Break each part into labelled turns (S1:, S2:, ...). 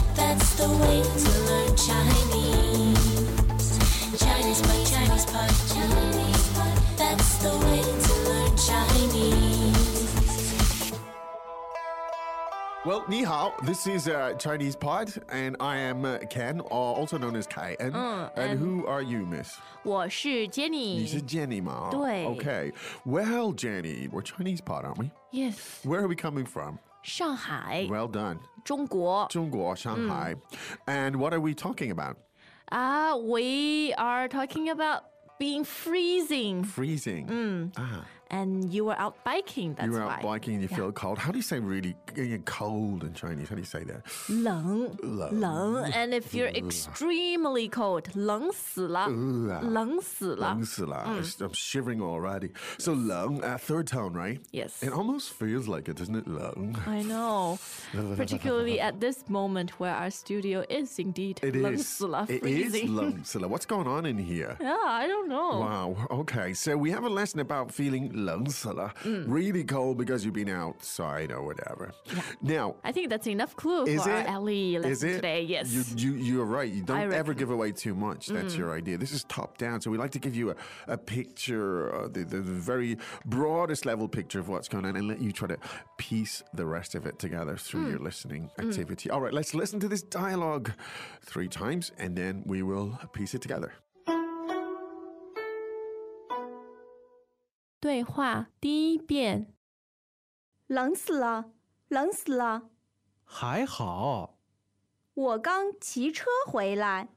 S1: a way to learn Chinese. Chinese pot, Chinese pot, Chinese pot. That's the way to learn Chinese.
S2: Well, ni hao. This is uh, Chinese Pod, and I am uh, Ken, or also known as Kai. And,
S3: Mm,
S2: and
S3: and-
S2: who are you, Miss?
S3: 我是 Jenny。
S2: You said Jenny Ma.
S3: 对。
S2: Okay. Well, Jenny, we're Chinese Pod, aren't we?
S3: Yes，
S2: Where are we coming from?
S3: 上海，
S2: Well done.
S3: 中国
S2: Zhongguo, Shanghai.
S3: Hmm.
S2: And what are we talking about?
S3: 啊、We are talking about being freezing,
S2: Freezing. Ah,
S3: and you were out biking. Hmm, That's
S2: you were
S3: why
S2: out biking and you feel cold. How do you say really uh, cold in Chinese? How do you say that?
S3: 冷
S2: 冷
S3: 冷，and if you're extremely cold，冷死了，
S2: 啊
S3: 冷死了。
S2: 冷死了.
S3: Hmm.
S2: I'm shivering already. So lung, uh, third tone, right?
S3: Yes.
S2: It almost feels like it, doesn't it? Lung.
S3: I know, particularly at this moment where our studio is indeed
S2: It is.
S3: 冷死了
S2: It is
S3: ，freezing. Oh.
S2: Lungsila. What's going on in here?
S3: yeah, I don't know.
S2: Wow. Okay. So we have a lesson about feeling lungsala, really cold because you've been outside or whatever. Now,
S3: I think that's enough clue
S2: is
S3: for our
S2: it
S3: Ellie
S2: is
S3: lesson
S2: it-
S3: today. Yes.
S2: You you you're right. You don't ever
S3: reckon. Mm.
S2: give away too much. That's your idea. This is top down. So we like to give you a, a picture, uh, the, the very broadest level picture of what's going on, and let you try to piece the rest of it together through
S3: Mm.
S2: your listening activity. All right, let's listen to this dialogue three times, and then we will piece it together.
S3: 对话第一遍，
S4: 冷死了，冷死了！
S5: 还好，
S4: 我刚骑车回来，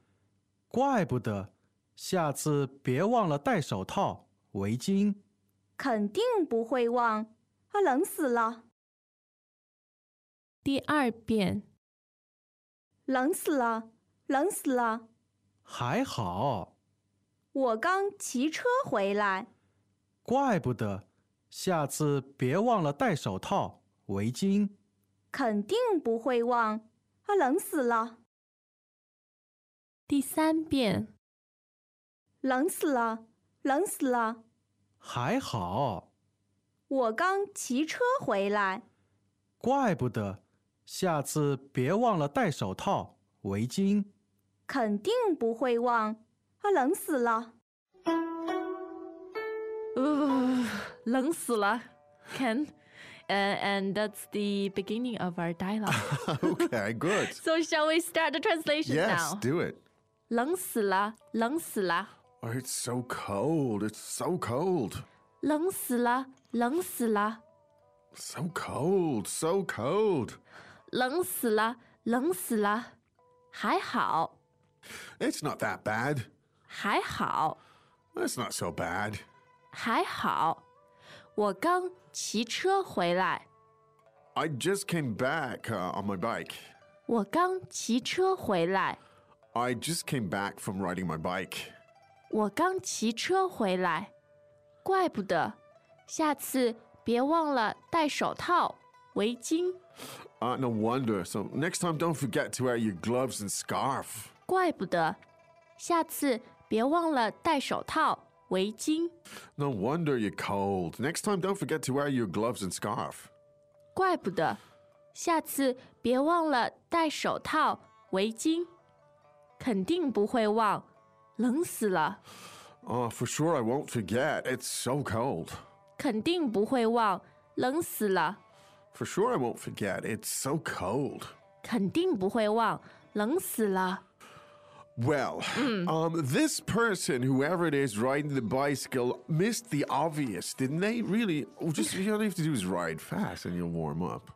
S5: 怪不得。下次别忘了带手套、围巾。
S4: 肯定不会忘。啊，冷死了，
S3: 第二遍，
S4: 冷死了，冷死了！
S5: 还好，
S4: 我刚骑车回来，
S5: 怪不得。下次别忘了带手套、围巾。
S4: 肯定不会忘。啊，冷死了，
S3: 第三遍，
S4: 冷死了，冷死了！
S5: 还好，
S4: 我刚骑车回来，
S5: 怪不得。下次别忘了带手套、围巾。
S4: 肯定不会忘。啊，冷死了，
S3: 呃，冷死了，Ken。Uh, and that's the beginning of our dialogue.
S2: okay, good.
S3: so shall we start the translation
S2: yes,
S3: now?
S2: do it.
S3: 冷死了，冷死了，
S2: Oh, it's so cold. It's so cold.
S3: 冷死了，冷死了，
S2: So cold. So cold.
S3: 冷死了，冷死了，还好，
S2: It's not that bad.
S3: 还好，
S2: That's not so bad.
S3: 还好。我刚骑车回来，
S2: I just came back uh, on my bike.
S3: 我刚骑车回来，
S2: I just came back from riding my bike.
S3: 我刚骑车回来，怪不得。下次别忘了带手套、围巾，
S2: Uh, no wonder. So next time, don't forget to wear your gloves and scarf.
S3: 怪不得。下次别忘了带手套、围巾，
S2: No wonder you're cold. Next time, don't forget to wear your gloves and scarf.
S3: 怪不得。下次别忘了带手套、围巾，肯定不会忘。冷死了，
S2: Oh, for sure, I won't forget. It's so cold.
S3: 肯定不会忘。冷死了，
S2: For sure, I won't forget. It's so cold.
S3: 肯定不会忘。冷死了。
S2: Well, um, this person, whoever it is riding the bicycle, missed the obvious, didn't they? Really? Oh, Just you all you have to do is ride fast, and you'll warm up.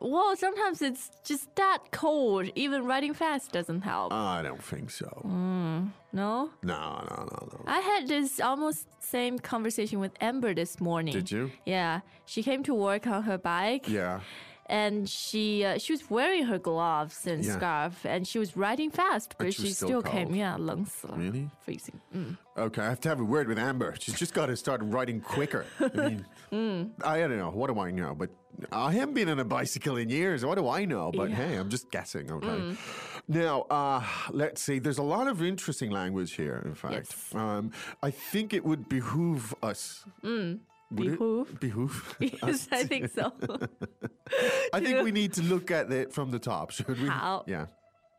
S3: Well, sometimes it's just that cold. Even riding fast doesn't help.
S2: I don't think so.
S3: no?
S2: No, no, no, no.
S3: I had this almost same conversation with Amber this morning.
S2: Did you?
S3: Yeah. She came to work on her bike
S2: Yeah.
S3: and she uh, she was wearing her gloves and
S2: Yeah.
S3: scarf and she was riding fast, but
S2: she was
S3: she
S2: still
S3: still, came,
S2: cold.
S3: yeah, lungs uh,
S2: Really?
S3: freezing. Mm.
S2: Okay, I have to have a word with Amber. She's just got to start riding quicker. I mean, I don't know. What do I know? But I haven't been on a bicycle in years. What do I know? But hey, I'm just guessing. Okay.
S3: Mm.
S2: Now, uh, let's see. There's a lot of interesting language here. In fact,
S3: Yes.
S2: um, I think it would behoove us. Would it?
S3: Mm. Behoove?
S2: Behoove.
S3: yes, I think so.
S2: I think we need to look at it from the top, should we?
S3: How?
S2: Yeah.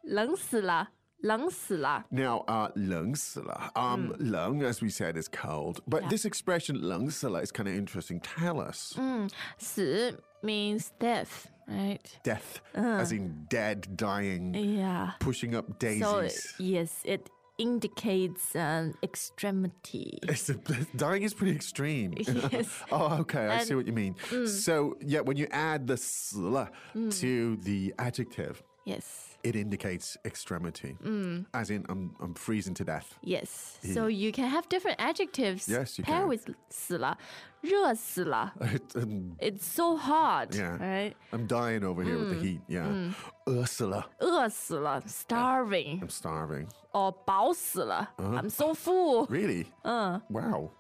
S3: 冷死了，冷死了。
S2: Now, uh, 冷死了. Um,
S3: Mm.
S2: Leng, as we said, is cold. But this expression, 冷死了, is kind of interesting. Tell us.
S3: 嗯，死 means death, right?
S2: Death, as in dead, dying,
S3: Yeah.
S2: pushing up
S3: Uh. So
S2: daisies.
S3: it- yes, it indicates an extremity.
S2: It's a, dying is pretty extreme.
S3: Yes. mm.
S2: oh, okay. I see what you mean. So, yeah, when you add the sla to the adjective,
S3: Yes.
S2: it indicates extremity,
S3: Mm.
S2: as in I'm, I'm freezing to death.
S3: Yes. So you can have different adjectives.
S2: Mm. Yes, you
S3: pair
S2: can.
S3: with 死了，热死了。
S2: I'm,
S3: It's so hot.
S2: Yeah.
S3: Right.
S2: I'm dying over here with
S3: Mm.
S2: the heat. Yeah. Ursula,
S3: 饿死了，starving，
S2: I'm starving.
S3: 哦，饱死了，I'm
S2: Uh-huh.
S3: so full。
S2: Really?
S3: Uh.
S2: Wow.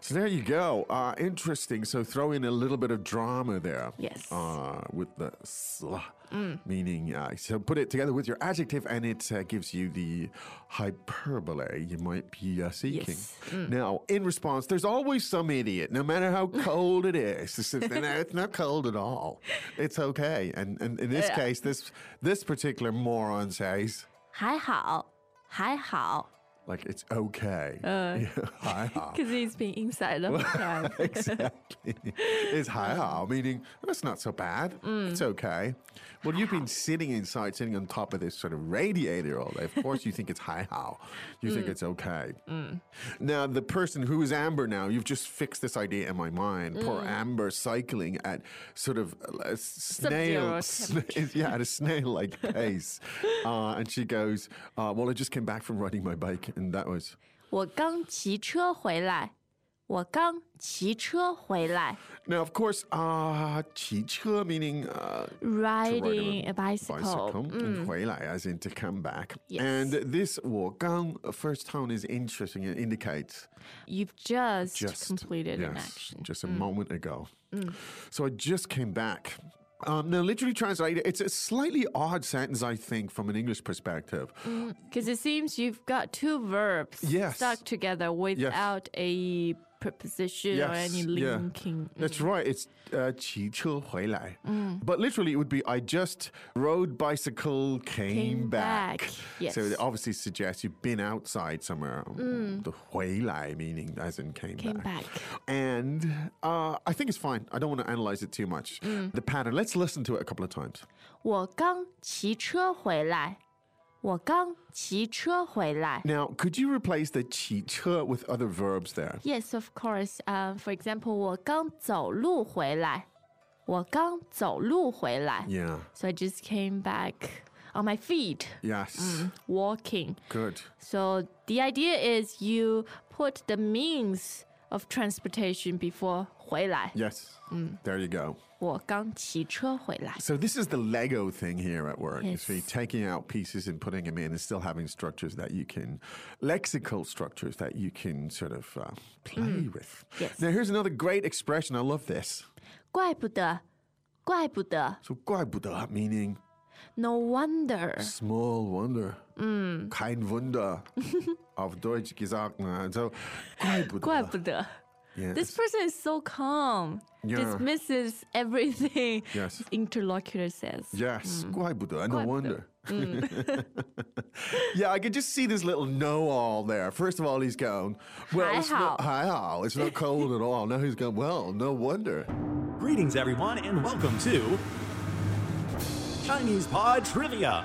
S2: So there you go. Uh, interesting. So throw in a little bit of drama there.
S3: Yes. Mm.
S2: Uh, with the sla, meaning. Uh, so put it together with your adjective, and it uh, gives you the hyperbole you might be uh, seeking.
S3: Yes. Mm.
S2: Now, in response, there's always some idiot, no matter how cold it is. It's, it's- no, it's not cold at all. It's okay. And, and in this
S3: Yeah.
S2: case, this this particular moron says.
S3: 还好，还好
S2: Like it's okay. Uh, yeah,
S3: ，cause he's been inside the whole time.
S2: exactly. It's high hao, meaning that's not so bad. It's okay. Well, you've been sitting inside, sitting on top of this sort of radiator all day. Of course, you think it's high hao. You think it's okay. Now, the person who is Amber now, you've just fixed this idea in my mind. Poor Amber cycling at sort of uh, a s- snail,
S3: Sub-zero
S2: sna- yeah, at a snail-like pace, uh, and she goes, uh, "Well, I just came back from riding my bike, and that was."
S3: 我刚骑车回来，我刚骑车回来
S2: Now, of course, uh, 骑车 meaning uh, to ride on
S3: ，riding a bicycle. Mm.
S2: bicycle and 回来 as in to come back.
S3: Yes.
S2: And this 我刚 first tone is interesting. It indicates
S3: You've just,
S2: just
S3: completed an
S2: yes,
S3: action. Mm.
S2: just a moment ago. So I just came back. Um, now, literally translated, it's a slightly odd sentence, I think, from an English perspective.
S3: Mm. Because it seems you've got two verbs
S2: Yes.
S3: stuck together without a preposition or
S2: Yes,
S3: any
S2: yeah.
S3: linking.
S2: That's right. It's uh, 骑车回来.
S3: Mm.
S2: But literally, it would be I just rode bicycle, came,
S3: Came
S2: back.
S3: back, yes. Mm.
S2: So it obviously suggests you've been outside somewhere. The 回来 meaning as in came,
S3: Came back.
S2: And uh, I think it's fine. I don't want to analyze it too much.
S3: Mm.
S2: The pattern, let's listen to it a couple of times.
S3: 我刚骑车回来，我刚骑车回来。
S2: Now, could you replace the 骑车 with other verbs there?
S3: Yes, of course. Um, for example, 我刚走路回来，我刚走路回来。
S2: Yeah.
S3: So I just came back on my feet,
S2: Yes.
S3: Mm. walking.
S2: Good.
S3: So the idea is you put the means of transportation before 回来。
S2: Yes.
S3: Mm.
S2: There you go.
S3: 我刚骑车回来。
S2: So this is the Lego thing here at work. You
S3: Yes.
S2: see, taking out pieces and putting them in, and still having structures that you can, lexical structures that you can sort of uh, play with.
S3: Mm. Yes.
S2: Now here's another great expression. I love this.
S3: 怪不得，怪不得
S2: So 怪不得 meaning
S3: ，No wonder。
S2: small wonder, kein Wunder. Auf Deutsch gesagt. na, So 怪不得.
S3: 怪不得。
S2: Yes.
S3: This person is so calm.
S2: Yeah.
S3: Dismisses everything
S2: Yes.
S3: his interlocutor says.
S2: Yes, Guaibudo, no
S3: 怪不得。
S2: wonder. yeah, I could just see this little know-all there. First of all, he's going, well, it's not,
S3: 还好。
S2: hi, it's not cold at all. Now he's going, well, no wonder.
S6: Greetings, everyone, and welcome to Chinese Pod Trivia.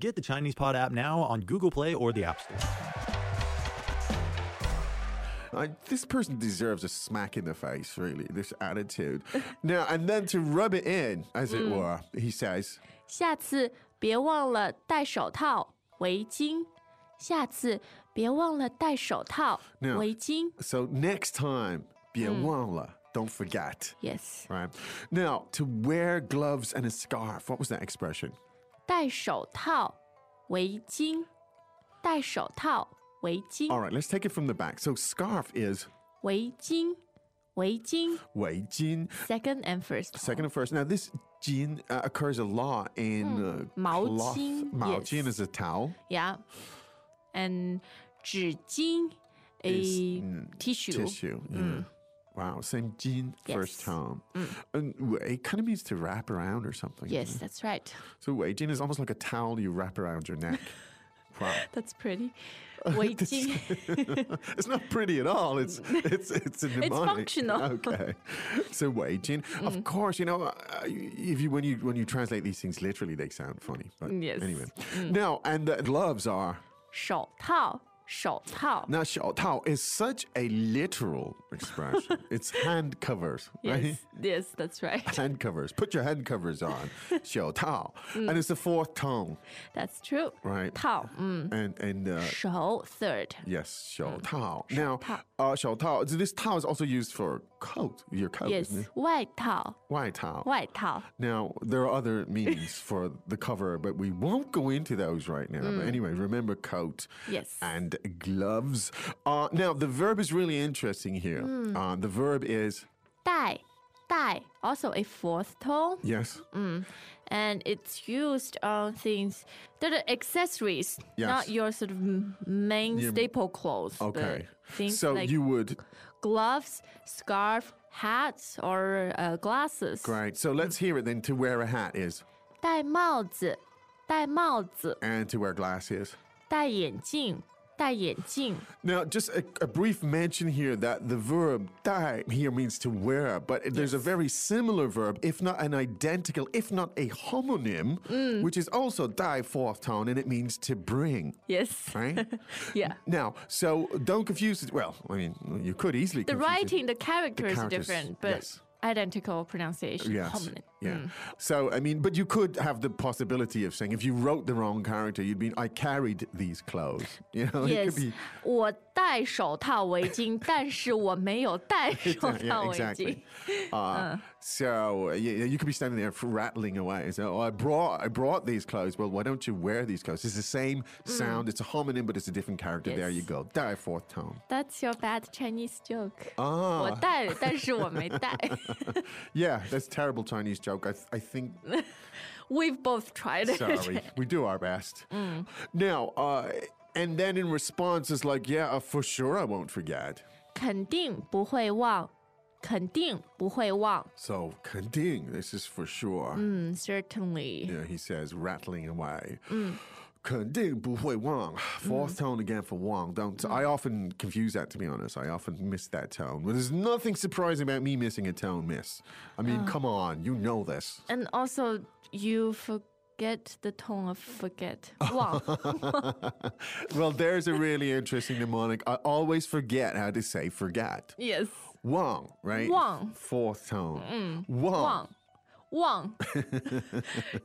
S6: Get the Chinese Pod app now on Google Play or the App Store.
S2: Uh, this person deserves a smack in the face, really, this attitude. now, and then to rub it in, as it were, he says,
S3: 下次别忘了戴手套、围巾。下次别忘了戴手套、
S2: No.
S3: 围巾。
S2: so next time, 别忘了, don't forget.
S3: Yes，
S2: Right. Now, to wear gloves and a scarf. What was that expression?
S3: 戴手套、围巾，戴手套、围巾、
S2: All right, let's take it from the back. So scarf is
S3: 围巾、围巾。
S2: wei jin.
S3: Second and first.
S2: Second and first. Now this jin uh, occurs a lot in uh,
S3: Hmm. Mao
S2: cloth.
S3: jin,
S2: Mao
S3: yes.
S2: jin is a towel.
S3: Yeah. And 纸巾 a tissue.
S2: Tissue. yeah. Wow, same jin first
S3: Hmm. Yes. Hmm.
S2: time. And wei kind of means to wrap around or something. you
S3: Yes,
S2: know.
S3: that's right.
S2: So wei jin is almost like a towel you wrap around your neck. wow.
S3: That's pretty. 围巾
S2: It's not pretty at all. It's it's it's a mnemonic.
S3: functional. Mm.
S2: Okay. So wei jin. Of course, you know uh, if you when you when you translate these things literally, they sound funny. But
S3: Yes. Mm.
S2: Anyway. Now and the gloves are
S3: 手套，手套。
S2: now xiao tao is such a literal expression. it's hand covers, right?
S3: Yes, yes, that's right.
S2: Hand covers. Put your hand covers on. Xiao tao,
S3: Mm.
S2: and it's the fourth tone,
S3: That's true.
S2: right?
S3: 套，嗯，
S2: And and uh,
S3: 手 third.
S2: yes,
S3: Uh,
S2: xiao tao. Now,
S3: 手套。
S2: uh, xiao tao. So this tao is also used for coat. Your coat. isn't
S3: Yes，
S2: it?
S3: 外套，
S2: Why towel?
S3: 外套。
S2: Now, there are other meanings for the cover, but we won't go into those right now. But anyway, remember coat
S3: Mm. Yes.
S2: and gloves. Uh, now, the verb is really interesting here.
S3: Mm.
S2: Uh, the verb is,
S3: 带，带，also a fourth tone.
S2: yes,
S3: Mm, and it's used on things that are accessories,
S2: Yes.
S3: not your sort of m- main
S2: Your-
S3: staple clothes. but
S2: okay.
S3: Things
S2: So
S3: like
S2: you would,
S3: gloves, scarf, hats, or uh, glasses.
S2: right. So let's
S3: mm.
S2: hear it then. To wear a hat is,
S3: 戴帽子，戴帽子，戴眼镜，戴眼镜。
S2: and to wear glasses. Now, just a, a brief mention here that the verb dai here means to wear, but there's a very similar verb, if not an identical, if not a homonym,
S3: Mm.
S2: which is also dai fourth tone, and it means to bring,
S3: Yes.
S2: right?
S3: Yeah.
S2: Now, so don't confuse it. Well, I mean, you could easily
S3: The
S2: confuse it.
S3: writing, the character is
S2: characters,
S3: different, but
S2: yes.
S3: identical pronunciation.
S2: Yes.
S3: homonym. Mm.
S2: Yeah. So I mean, but you could have the possibility of saying if you wrote the wrong character, you'd be I carried these clothes. You know, it could
S3: Yes,
S2: be
S3: 我戴手套围巾，但是我没有戴手
S2: yeah,
S3: 套围巾。
S2: exactly. Uh, So yeah, you could be standing there rattling away. So "Oh, I brought I brought these clothes. Well, why don't you wear these clothes? It's the same sound. It's a homonym, but it's a different character. There you
S3: Mm. Yes.
S2: go. Die fourth tone.
S3: That's your bad Chinese joke.
S2: Ah,
S3: 我带了，但是我没带。
S2: yeah, that's a terrible Chinese joke. I, th- I think.
S3: We've both tried it. Mm.
S2: Sorry, we do our best. Now, uh, and then in response, it's like, yeah, uh, for sure, I won't forget.
S3: 肯定不会忘，肯定不会忘。
S2: So, Kanding, this is for sure.
S3: 嗯，certainly.
S2: Yeah, he says, rattling away.
S3: Mm.
S2: "肯定不会忘." Fourth tone again for Wang. Don't
S3: Mm.
S2: I often confuse that to be honest. I often miss that tone. Well, there's nothing surprising about me missing a tone, miss. I
S3: Ah.
S2: mean, come on, you know this.
S3: And also, you forget the tone of forget. 忘
S2: well, there's a really interesting mnemonic. I always forget how to say forget.
S3: yes.
S2: Wang, right?
S3: Wang. Mm.
S2: Fourth tone. Wang.
S3: 忘， 忘。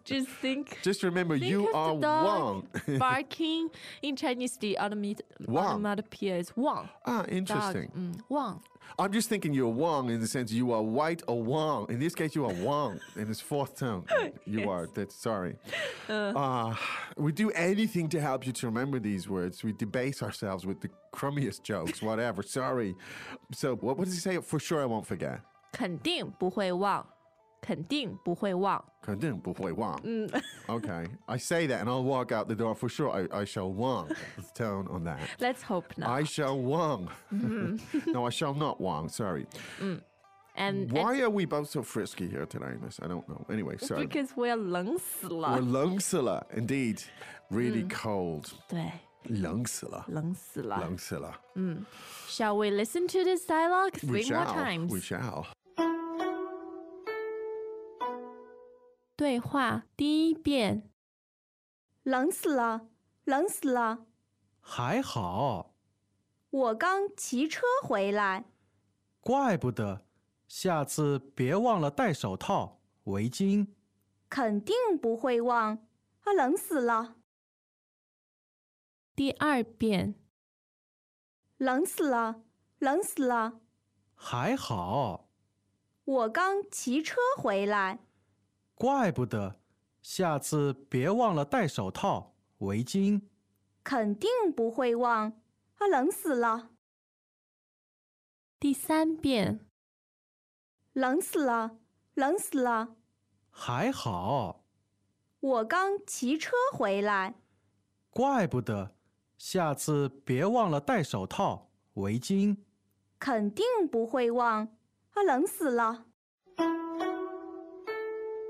S3: Just think.
S2: Just remember, you
S3: think
S2: are
S3: of the dog
S2: Wang.
S3: barking in Chinese. The automat-
S2: Wang.
S3: onomatopoeia is Wang.
S2: ah,
S3: Dog. Mm,
S2: interesting.
S3: 嗯，忘。
S2: I'm just thinking you're Wang in the sense you are white or Wang. In this case, you are Wang in this fourth tone. You are. That's sorry. Uh, we do anything to help you to remember these words. We debase ourselves with the crummiest jokes, whatever. sorry. So, what, what does he say? For sure, I won't forget.
S3: 肯定不会忘，肯定不会忘。
S2: 肯定不会忘. okay. I say that and I'll walk out the door for sure. I, I shall Wang. The tone on that. Mm-hmm.
S3: Let's hope not.
S2: I shall Wang. no, I shall not Wang. Sorry.
S3: and and
S2: Why are we both so frisky here today, Miss? I don't know. Anyway, sorry.
S3: because we're 冷死了。
S2: We're Lungsilla, indeed. Really
S3: Mm.
S2: cold.
S3: 对，
S2: Lungsilla.
S3: 冷死了。
S2: Lungsilla.
S3: Shall we listen to this dialogue
S2: We
S3: three more
S2: shall.
S3: times?
S2: We shall.
S3: 对话第一遍，
S4: 冷死了，冷死了！
S5: 还好，
S4: 我刚骑车回来，
S5: 怪不得。下次别忘了戴手套、围巾。
S4: 肯定不会忘。啊，冷死了，
S3: 第二遍，
S4: 冷死了，冷死了！
S5: 还好，
S4: 我刚骑车回来，
S5: 怪不得。下次别忘了带手套、围巾。
S4: 肯定不会忘。啊，冷死了，
S3: 第三遍，
S4: 冷死了，冷死了！
S5: 还好，
S4: 我刚骑车回来，
S5: 怪不得。下次别忘了带手套、围巾。
S4: 肯定不会忘。啊，冷死了，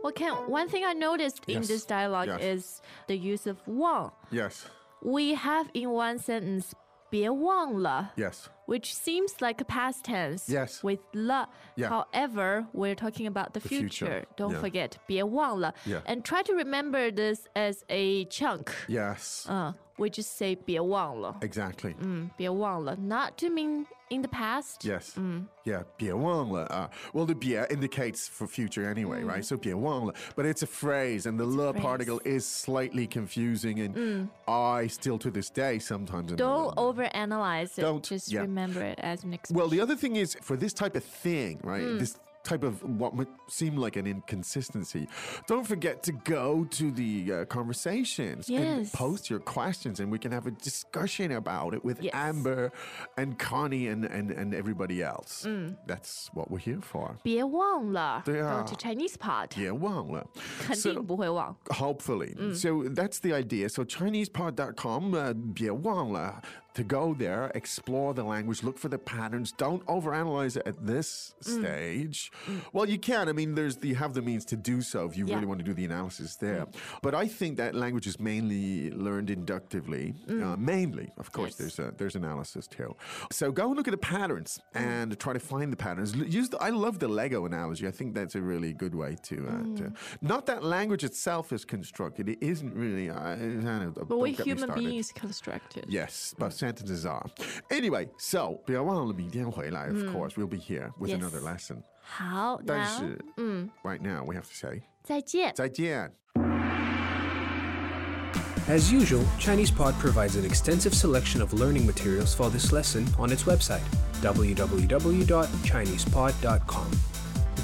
S3: Okay, one thing I noticed in
S2: Yes.
S3: this dialogue
S2: Yes.
S3: is the use of 忘.
S2: Yes.
S3: We have in one sentence 别忘了,
S2: Yes.
S3: which seems like a past tense.
S2: Yes.
S3: With la.
S2: Yeah.
S3: However, we're talking about the,
S2: future.
S3: Don't
S2: Yeah.
S3: forget 别忘了.
S2: Yeah.
S3: And try to remember this as a chunk.
S2: Yes.
S3: Uh, Mm. we just say 别忘了.
S2: exactly.
S3: 嗯，别忘了，not to mean in the past。
S2: Yes.
S3: Mm.
S2: Yeah, 别忘了. Uh, well, the 别 indicates for future anyway, right? So 别忘了. But it's a phrase, and the le
S3: Mm. phrase. Mm.
S2: particle is slightly confusing, and I still to this day sometimes. am-
S3: Don't overanalyze it.
S2: Don't,
S3: Just
S2: yeah.
S3: remember it as an experience.
S2: Well, the other thing is for this type of thing, right?
S3: Hmm.
S2: This type of what might seem like an inconsistency. Don't forget to go to the uh, conversations and
S3: Yes.
S2: post your questions, and we can have a discussion about it with
S3: Yes.
S2: Amber and Connie and, and, and everybody else.
S3: Hmm.
S2: That's what we're here for.
S3: 别忘了。
S2: 对啊
S3: Go to Chinese part.
S2: Yeah, well, uh,
S3: 肯定不会忘。
S2: Hopefully. So that's the idea. So ChinesePod.com, uh, 别忘了 to go there, explore the language, look for the patterns. Don't overanalyze it at this stage. Well, you can. I mean, there's the, you have the means to do so if you
S3: Yeah.
S2: really want to do the analysis there.
S3: Mm.
S2: But I think that language is mainly learned inductively. Uh, mainly, of course,
S3: Mm. Yes.
S2: there's a, there's analysis too. So go and look at the patterns
S3: Mm.
S2: and try to find the patterns. L- Use the, I love the Lego analogy. I think that's a really good way to. Uh, to
S3: Mm.
S2: not that language itself is constructed. It isn't really. Uh, I don't know,
S3: But
S2: don't
S3: we
S2: get me
S3: human
S2: started.
S3: beings constructed.
S2: Yes, but sentences are. Anyway, so 不要忘了明天回来, of course, we'll be here with
S3: Mm. Yes. mm.
S2: another lesson.
S3: 好，那
S2: 但是, right now, we have to say
S3: 再见。
S2: 再见.
S7: As usual, ChinesePod provides an extensive selection of learning materials for this lesson on its website, www.chinesepod.com. You